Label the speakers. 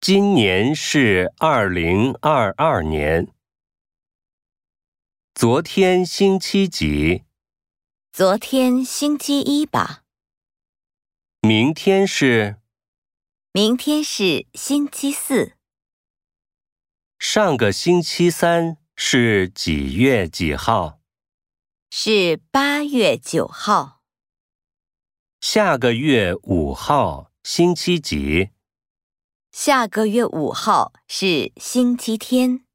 Speaker 1: 今年是二零二二年。昨天星期几？
Speaker 2: 昨天星期一吧，
Speaker 1: 明天是
Speaker 2: 明天是星期四，
Speaker 1: 上个星期三是几月几号？
Speaker 2: 是八月九号。
Speaker 1: 下个月五号星期几？
Speaker 2: 下个月五号是星期天。